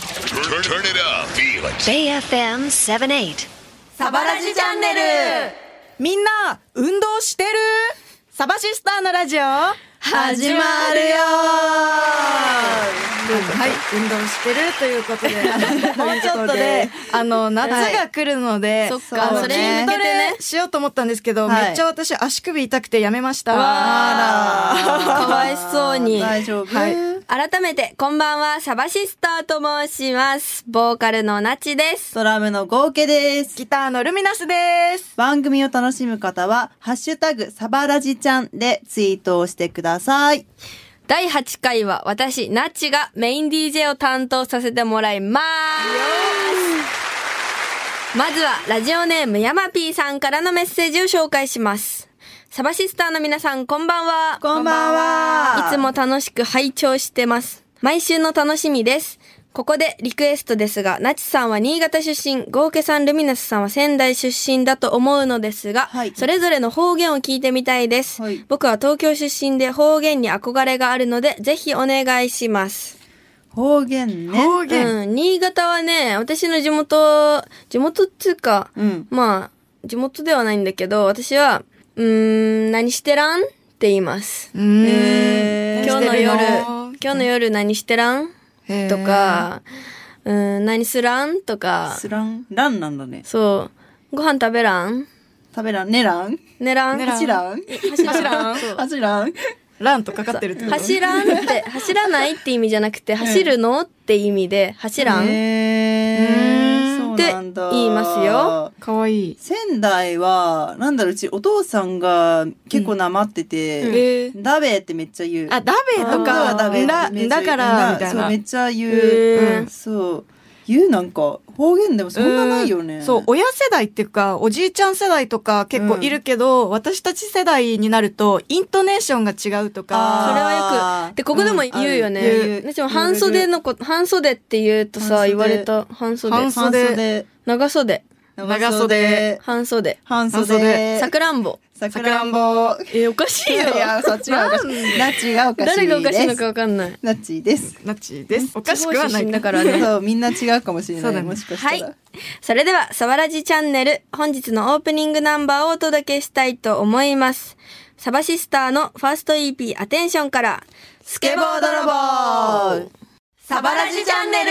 Turn, turn it up. Feel it. JFM 78. サバラジチャンネルみんな運動してるサバシスターのラジオ始まるよはい運動してるということ でもうちょっとであの夏が来るので、はいそっかあのそれ筋に向トけてねレしようと思ったんですけど、はいめっちゃ私足首痛くてやめました わーかわいそうに大丈夫、はいよ改めてこんばんはサバシスターと申しますボーカルのなちですドラムの合計です。ギターのルミナスです番組を楽しむ方は、ハッシュタグ、サバラジちゃんでツイートをしてください。第8回は私なちがメイン DJ を担当させてもらいますまずはラジオネームやまぴーさんからのメッセージを紹介しますサバシスターの皆さんこんばんはこんばんは。いつも楽しく拝聴してます。毎週の楽しみです。ここでリクエストですが、なちさんは新潟出身、豪家さん、ルミナスさんは仙台出身だと思うのですが、はいそれぞれの方言を聞いてみたいです。はい僕は東京出身で方言に憧れがあるので、ぜひお願いします。方言ね。方言、うん、新潟はね、私の地元、地元っていうか、うんまあ、地元ではないんだけど、私は、うーん、何してらんって言います。うん今日のして夜る今日の夜何してらんへーとか、うん、何すらんとか、スラン、ランなんだね。そう、ご飯食べらん食べらん、ねらん、寝らん寝らん走らん、走らんそう走らん。ランとかかってるってこと走らん って、走らないって意味じゃなくて、走るのって意味で、走らん、へーそうなんだって言いますよ。かわいい仙台は、なんだろう、うちお父さんが結構なまってて、ダベーってめっちゃ言う。あ、ダベとか、本当はダメだ、めっちゃだ言うから、みたいそうなめ。っちゃ言へう、そう言うなんか方言でもそんなないよねそう、親世代っていうか、おじいちゃん世代とか結構いるけど、私たち世代になると、イントネーションが違うとそあーれか、はよく、で、ここでも言うようんあねる言。うでも半袖の子、半袖って言うとさ、半袖言われた、半袖。半袖長袖。長袖半袖。半半袖袖さくらんぼ。さくらんぼえ、おかしいいよ。やいやそっちはおかしいナッチがおかしいです誰がおかしいのかわかんない。ナッチですなっちです。おかしくはな地方出身い。だからね。そうみんな違うかもしれそなうだいねもしかしはたいら。それでは、さわらじチャンネル、本日のオープニングナンバーをお届けしたいと思います。サバシスターのファースト EP、アテンションから、スケボー泥棒サバラジチャンネル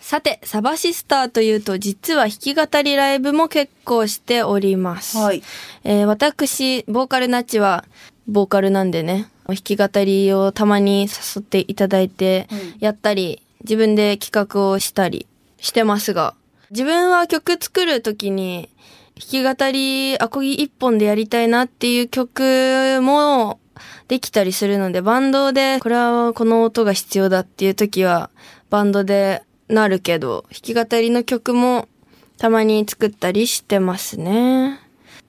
さて、サバシスターというと、実は弾き語りライブも結構しております。はいえー私、ボーカルナッチは、ボーカルなんでね、弾き語りをたまに誘っていただいて、やったり、自分で企画をしたりしてますが、自分は曲作るときに、弾き語り、アコギ一本でやりたいなっていう曲もできたりするので、バンドで、これはこの音が必要だっていう時は、バンドでなるけど、弾き語りの曲もたまに作ったりしてますね。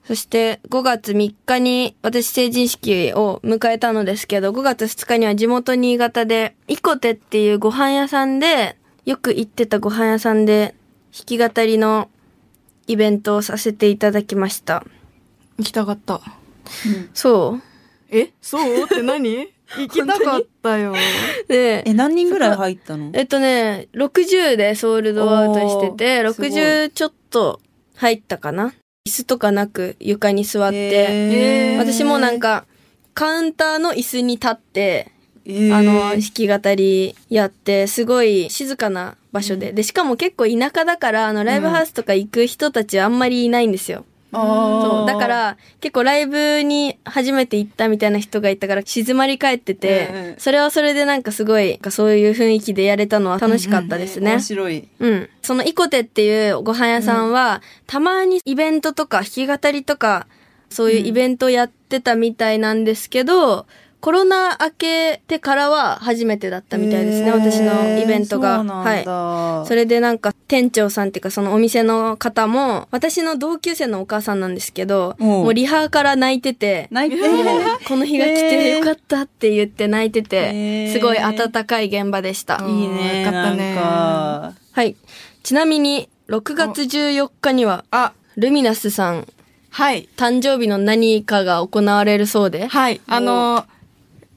そして5月3日に私成人式を迎えたのですけど、5月2日には地元新潟で、イコテっていうご飯屋さんで、よく行ってたご飯屋さんで、弾き語りのイベントをさせていただきました。 行きたかった。そえそうって何行きたかったよ。う。で、え何人ぐらい入ったのえっとね、60でソールドアウトしてて、おーすごい60ちょっと入ったかな。椅子とかなく床に座って、へー私もなんか、カウンターの椅子に立って、へーあの、弾き語りやって、すごい静かな場所で。で、しかも結構田舎だから、あの、ライブハウスとか行く人たちはあんまりいないんですよ。あーそう。だから、結構ライブに初めて行ったみたいな人がいたから、静まり返ってて、うんうんそれはそれでなんかすごい、なんかそういう雰囲気でやれたのは楽しかったですね面。白いうん。そのイコテっていうご飯屋さんは、たまにイベントとか弾き語りとか、そういうイベントやってたみたいなんですけど、コロナ明けてからは初めてだったみたいですね、へー私のイベントが。そうなんだはそれでなんか店長さんっていうかそのお店の方も、私の同級生のお母さんなんですけど、おうもうリハから泣いてて、泣いて この日が来てよかったって言って泣いてて、へーすごい温かい現場でした。いいねよかったねなんかはい。ちなみに、6月14日には、あ、ルミナスさん、はい。誕生日の何かが行われるそうで、はい。あの、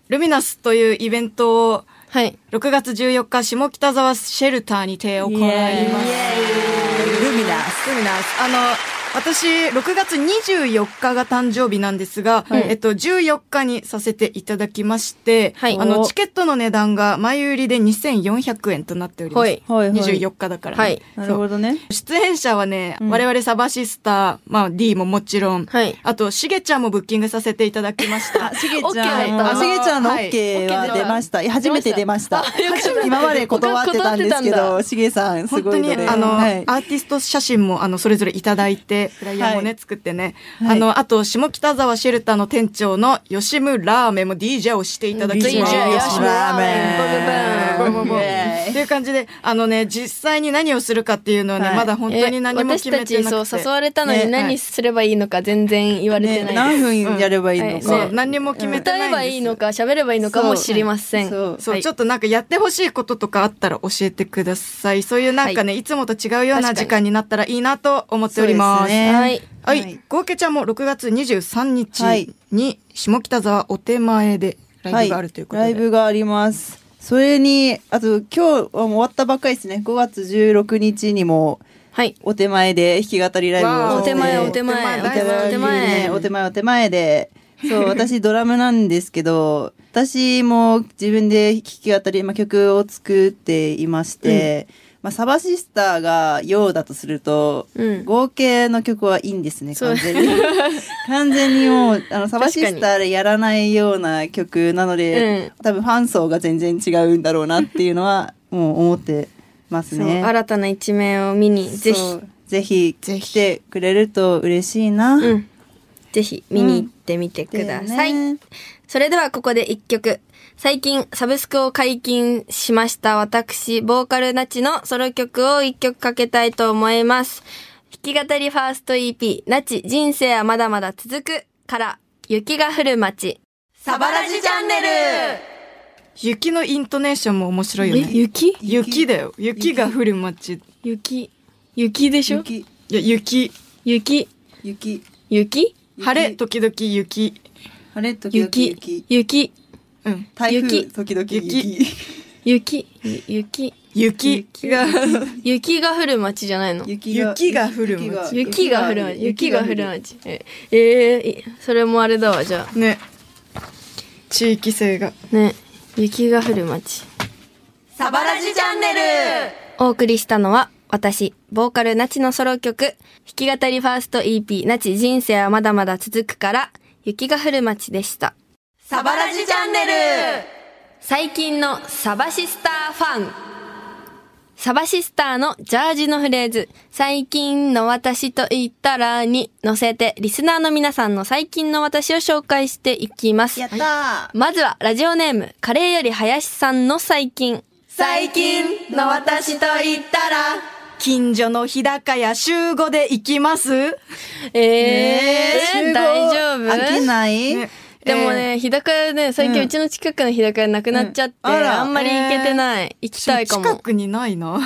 ルミナスというイベントをはい。 6月14日、下北沢シェルターにて行います。ルミナス。ルミナースあの、私、6月24日が誕生日なんですが、えっと、14日にさせていただきまして、はいあの、チケットの値段が前売りで2400円となっております。はいはいはい24日だから、ね。はいなるそうほどね。出演者はね、我々サバシスター、まあ D ももちろん、はいあとしげちゃんもブッキングさせていただきましたあ、。しげオッちケーゃだん。ったあしげちゃんの OK オッケーはだ出ました。初めて出ました。今まで断ってたんで 断っすけてたんど、しげさん、す本ご当いに、ので。あの、はいアーティスト写真も、あの、それぞれいただいて、フライヤーもね、はい作ってね。はいあの、あと、下北沢シェルターの店長の吉村めも DJ をしていただきまし DJ た。吉村ラーメブンンブンブンイエっーイていう感じで、あのね、実際に何をするかっていうのはね、はいまだ本当に何も決めてえなくて。私たちそう誘われたのにねは何いすればいいのか全然言われてね、ない何です。分やればいいのうんはかそ、。いう何にも決めて歌ないんです。えばいいのか喋ればいいのかも知りません。そうそう、はいちょっとなんかやってほしいこととかあったら教えてください。そういうなんかね、い、つもと違うよう確かなに時間になったらいいなと思っております。そうですねはい。はい、はいゴーケちゃんも6月23はい日に下北沢お手前でライブがあるということで。はい、ライブがありますそれにあと今日はもう終わったばっかりですね5月16日にもはい。お手前で弾き語りライブわあをお手前お手お前手前お手前。お手前お手前でそう私ドラムなんですけど私も自分で弾き語り、まあ、曲を作っていまして、まあ、サバシスターが「よう」だとすると、うん合計の曲はいいんですねそう完全に 完全にもうあのサバシスターでやらないような曲なので、多分ファン層が全然違うんだろうなっていうのはもう思ってますそうね。新たな一面を見にぜひそうぜひぜひ来てくれると嬉しいな。うんぜひ見に行ってみてください。ねそれではここで一曲。最近サブスクを解禁しました私、ボーカルなちのソロ曲を一曲かけたいと思います。弾き語りファースト EP、なち人生はまだまだ続くから、雪が降る街。サバラジチャンネル雪のイントネーションも面白いよね。雪雪だよ。雪が降る街。い雪。雪でしょ雪や、雪。雪。雪雪晴れ、時々雪。晴れ時々雪。雪雪。うん。台風雪時々雪雪雪。雪。雪が。雪が降る街じゃないの雪雪が降る街雪が降る街雪が降る街ええーいそれもあれだわじゃね。地域性が。あね雪が降る街サバラジチャンネルお送りしたのは私ボーカルなちのソロ曲弾き語りファースト EP なち人生はまだまだ続くから雪が降る街でしたサバラジチャンネル最近のサバシスターファンサバシスターのジャージのフレーズ、最近の私と言ったらに乗せて、リスナーの皆さんの最近の私を紹介していきます。やったーまずはラジオネーム、カレーより林さんの最近。最近の私と言ったら近所の日高屋週5で行きますえー、集合大丈夫飽きないねでもね、日高屋ね、最近うちの近くの日高屋なくなっちゃって、うんあらあんまり行けてない。行きたいか近も。くにないな。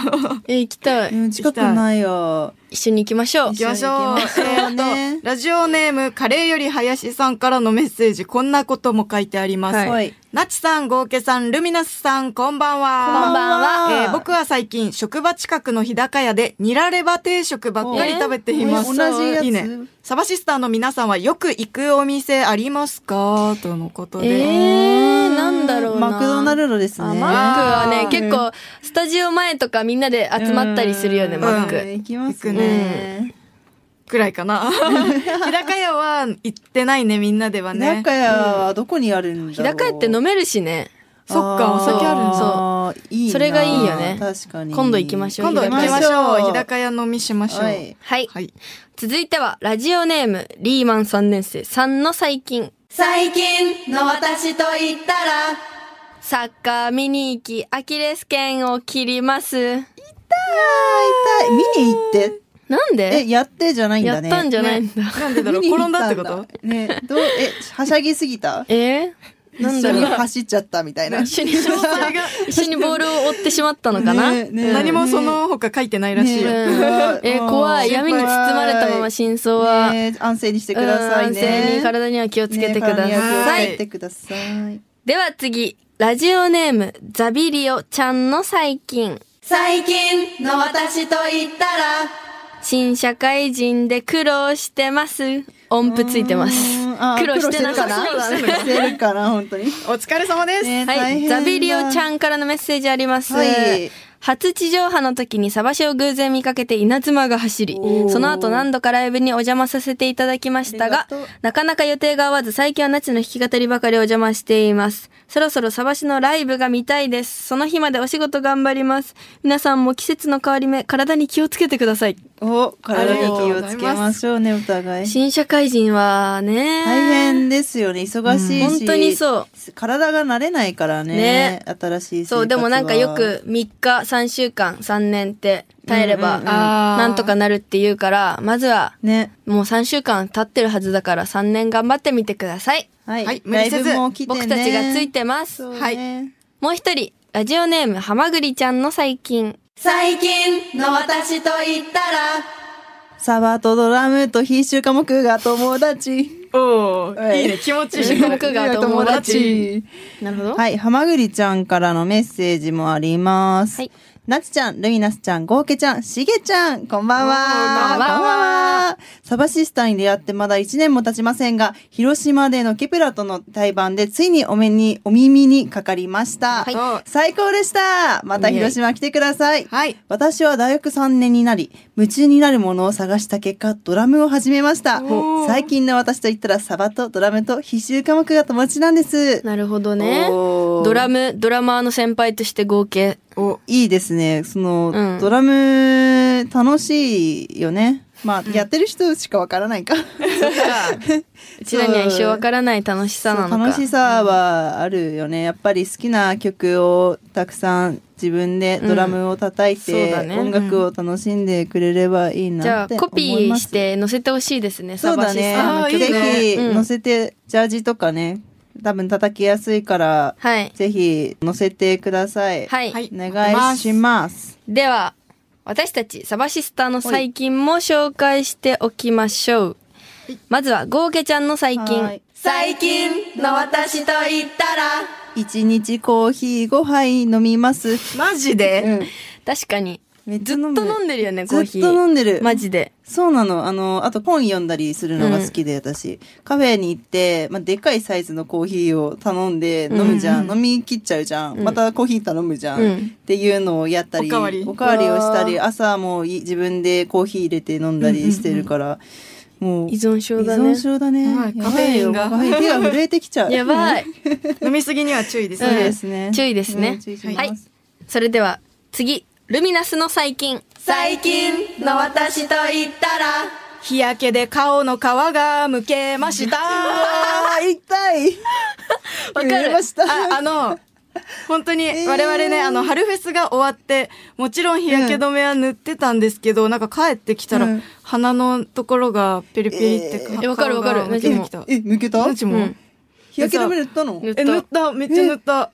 え、行きたい。うん近くないよ一緒に行きましょう行。きましょう。一緒に行きましょうねえーっとラジオネーム、カレーより林さんからのメッセージ、こんなことも書いてあります。はいはいなちさん、ゴーケさん、ルミナスさん、こんばんは。こんばんはえー僕は最近、職場近くの日高屋で、ニラレバ定食ばっかり食べています。えー同じやついいね。サバシスターの皆さんはよく行くお店ありますかとのことえで。ー、なんだろうな。マクドナルドですねあマックはねうん結構スタジオ前とかみんなで集まったりするよねうんマッうんク行きます行くねねくらいか な。日高屋は行ってないね、みんなでは日ね。高屋はどこにあるんだろう日高屋って飲めるしねそっか、お酒あるんだ。んだいいなそれがいいよね確かに今度行きましょう今度行きまし行きょまう。しょう日高屋飲みしましょう。はいはい、はい。続いてはラジオネームリーマン3年生さんの最近最近の私と言ったらサッカー見に行きアキレス腱を切りますあー痛い見に行ってなんでえやってじゃないんやだっねたんじゃないんだ、なんでだろう、見に行転んだってこた とねどうえはしゃぎすぎた えー、なん一緒だろにう走っちゃったみたい な一緒に一緒にボールを追ってしまったのかな、ねねうん何もその他書いてないらしいよ。ねえうん怖い闇に包まれたまま真相はね安静にしてくださいねうん安静に体には気をつけてください、ね体には気をつはいけてくださいでは次ラジオネーム、ザビリオちゃんの最近。最近の私と言ったら、新社会人で苦労してます。音符ついてますうんあ。苦労してなかっ苦労た。してるかな苦労してるかな、本当に。お疲れ様です。ねは大い、変ザだビリオちゃんからのメッセージあります。はい初地上波の時にサバシを偶然見かけて稲妻が走り、その後何度かライブにお邪魔させていただきましたがありがとう、なかなか予定が合わず最近はナチの弾き語りばかりお邪魔しています。そろそろサバシのライブが見たいです。その日までお仕事頑張ります。皆さんも季節の変わり目、体に気をつけてください。お、体にあ気りがをとうござついけまましょうね、お互い。新社会人はね、大変ですよね、忙しいし。。うん本当にそう体が慣れないからねね、新しい生活はそう、でもなんかよ。く3日、3週間、3年って耐えれば、うんうんうんあーなんとかなるって言うから、まずは、ね。もう3週間経ってるはずだから3年頑張ってみてください。はい。はい無理せずライブも来てね僕たちがついてまそす。うねはいもう一人、ラジオネーム、はまぐりちゃんの最近。最近の私と言ったら、サバとドラムと必修科目が友達。おーいいね、気持ちいい ね。僕が友達。なるほど。はい、はまぐりちゃんからのメッセージもあります。はいなちちゃん、ルイナスちゃん、ゴーケちゃん、しげちゃん、こんばんは。こんばんはサバシスターに出会ってまだ1年も経ちませんが、広島でのケプラとの対バンでついにお目に、お耳にかかりました。はい最高でしたまた広島来てください。はい。私は大学3年になり、夢中になるものを探した結果、ドラムを始めました。最近の私と言ったら、サバとドラムと必修科目が友達なんです。なるほどね。おードラム、ドラマーの先輩として合計。お、いいですね。その、うんドラム、楽しいよね。まあ、やってる人しかわからないか。うちらには一生わからない楽しさなの か。そう楽しさはあるよね。やっぱり好きな曲をたくさん自分でドラムを叩いうんそうて、だね音楽を楽しんでくれればいいじゃなっあ、てコ思ピいーます。して載せてほしいですね、そうだね。サああのバーいいねぜひうん乗せて、ジャージとかね、多分叩きやすいから、シスはい。ぜひ乗せてください。はい。はいお願いします。では、私たちサバシスターの最近も紹介しておきましょう。まずは、ゴーケちゃんの最はい近。最近の私と言ったら。一日コーヒー5杯飲みます。マジで確かに。めっちずゃっ飲むと飲んでるよね、コーヒー。ずっと飲んでるマジで。そうなの。あの、あと本読んだりするのが好きで、私。カフェに行って、まあ、でかいサイズのコーヒーを頼んで飲むじゃん。飲み切っちゃうじゃん,、またコーヒー頼むじゃん,、うんっていうのをやったり、おかわりりをしたり、朝もい自分でコーヒー入れて飲んだりしてるから、もう。依存症だね依存症だね。はいやばいよカフやばい手が震えてきちゃう。やばい。飲みすぎには注意ですそうでね。すね。注意ですねうん注意しますはいそれでは、次。ルミナスの最近。最近の私と言ったら。日焼けで顔の皮がむけました。あ あー、痛い。わかる震えました。あの、本当に我々ね、あの、春フェスが終わって、もちろん日焼け止めは塗ってたんですけど、なんか帰ってきたら、うん鼻のところがペリペリってえーわかるわかる出てきた。え、抜けたどっちも、うん日焼け止め塗ったの塗っえ、塗った。めっちゃ塗った。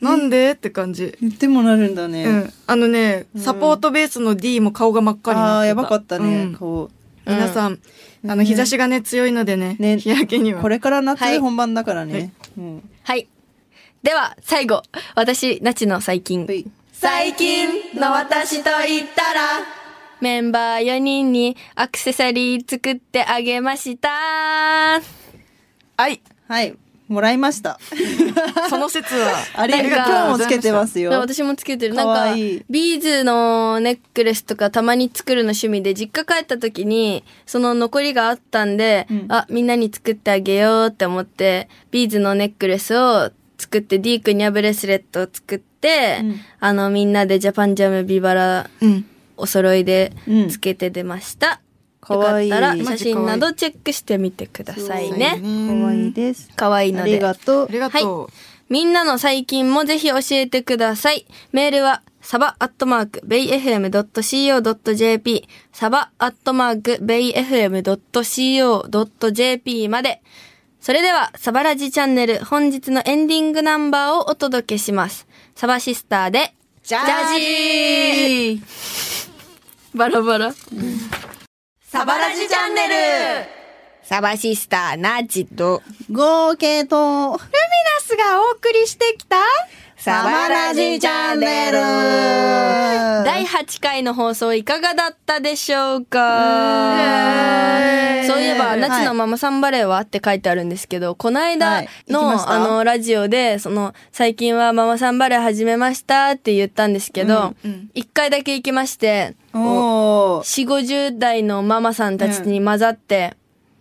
なんでって感じ。塗ってもなるんだね。うん。あのね、サポートベースの D も顔が真っ赤になってた。ああ、やばかったうね、ん顔。皆さん、あの、日差しがね、強いのでね、ね日焼けには。これからは夏い本番だからね。うんはい。では、最後。私、ナチの最近。はい最近の私と言ったら、メンバー4人にアクセサリー作ってあげました。はい。はい。もらいました。。その説はありがとう。なんか今日もつけてますよ。私もつけてる。なんかわかいいビーズのネックレスとかたまに作るの趣味で、実家帰った時に、その残りがあったんで、あ、みんなに作ってあげようって思って、ビーズのネックレスを作って、ディークニャブレスレットを作って、うんあの、みんなでジャパンジャムビバラうん。お揃いでうんつけて出ました。かわいいよかったらマ写ジ真などチェックしてみてくださいね。可愛いです。可愛いあのりで。がとうあ。りがとう。みんなの最近もぜひ教えてください。メールは、サバアットマーク、ベイ FM.co.jp、サバアットマーク、ベイ FM.co.jp まで。それでは、サバラジチャンネル、本日のエンディングナンバーをお届けします。サバシスターで、ジャージーバラバラ。サバラジチャンネルサバシスター、ナチと、合計と、ナスががお送りしてきた、サバラジチャンネル第8回の放送いかがだったでしょうかえーそういえば、はいナチのママさんバレーはって書いてあるんですけど、この間の、はい行きましたあの、ラジオで、その、最近はママさんバレー始めましたって言ったんですけど、一、回だけ行きまして、おー四五十代のママさんたちに混ざって、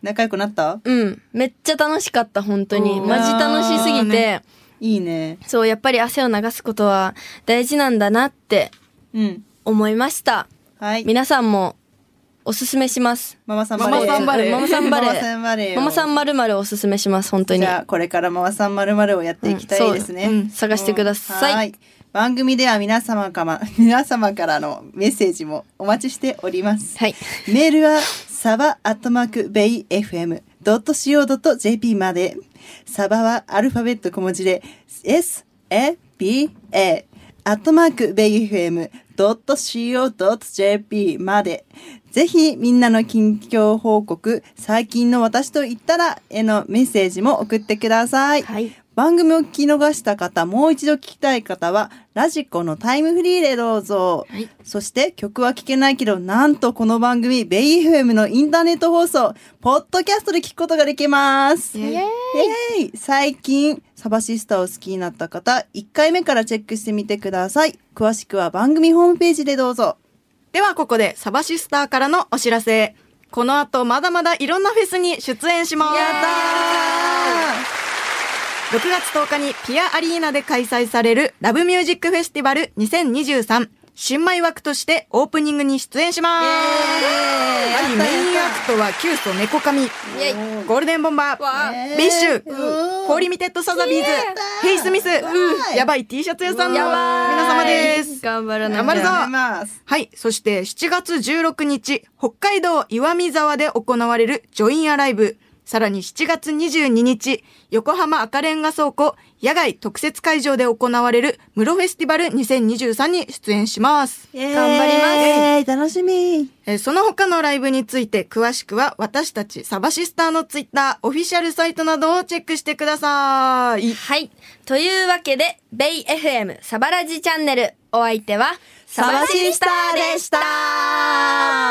仲良くなったうん、めっちゃ楽しかった、本当に。おーマジ楽しすぎて、いいね。そう、やっぱり汗を流すことは大事なんだなってうん。思いました。はい。皆さんもおすすめします。ママさんママさんバレーママさんバレーママさんバレーをママさんまるまるおすすめします、本当に。じゃあこれからママさんまるまるをやっていきたいですね、うんそううん探してくださいは番組では皆様から 皆様からのメッセージもお待ちしております、はい。メールはサバアットマークベイ FM ドット CO ドット JP までサバはアルファベット小文字で S A B A アットマークベイ FM ドット CO ドット JP までぜひみんなの近況報告最近の私と言ったらへのメッセージも送ってください、はい番組を聞き逃した方もう一度聞きたい方はラジコのタイムフリーでどうぞ、そして曲は聞けないけどなんとこの番組ベイ FM のインターネット放送ポッドキャストで聞くことができますイエーイイエーイ最近サバシスタを好きになった方1回目からチェックしてみてください詳しくは番組ホームページでどうぞではここでサバシスターからのお知らせ。この後まだまだいろんなフェスに出演します。6月10日にピアアリーナで開催されるラブミュージックフェスティバル2023新米枠としてオープニングに出演します。アイエーイリやったやったメインアクトはキュースと猫髪、ェゴールデンボンバわーー、ビッシュ、えーフォーリミテッドサザビーズ、ヘイスミス、やばい T シャツ屋さんのや皆ばい様です。頑張らなきゃ頑張るぞありますはい。そして7月16日、北海道岩見沢で行われるジョインアライブ。さらに7月22日、横浜赤レンガ倉庫野外特設会場で行われるムロフェスティバル2023に出演します。頑頑張りますす楽しみえーその他のライブについて詳しくは私たちサバシスターのツイッター、オフィシャルサイトなどをチェックしてください。はい。というわけで、ベイ FM サバラジチャンネル、お相手は、サバシスターでした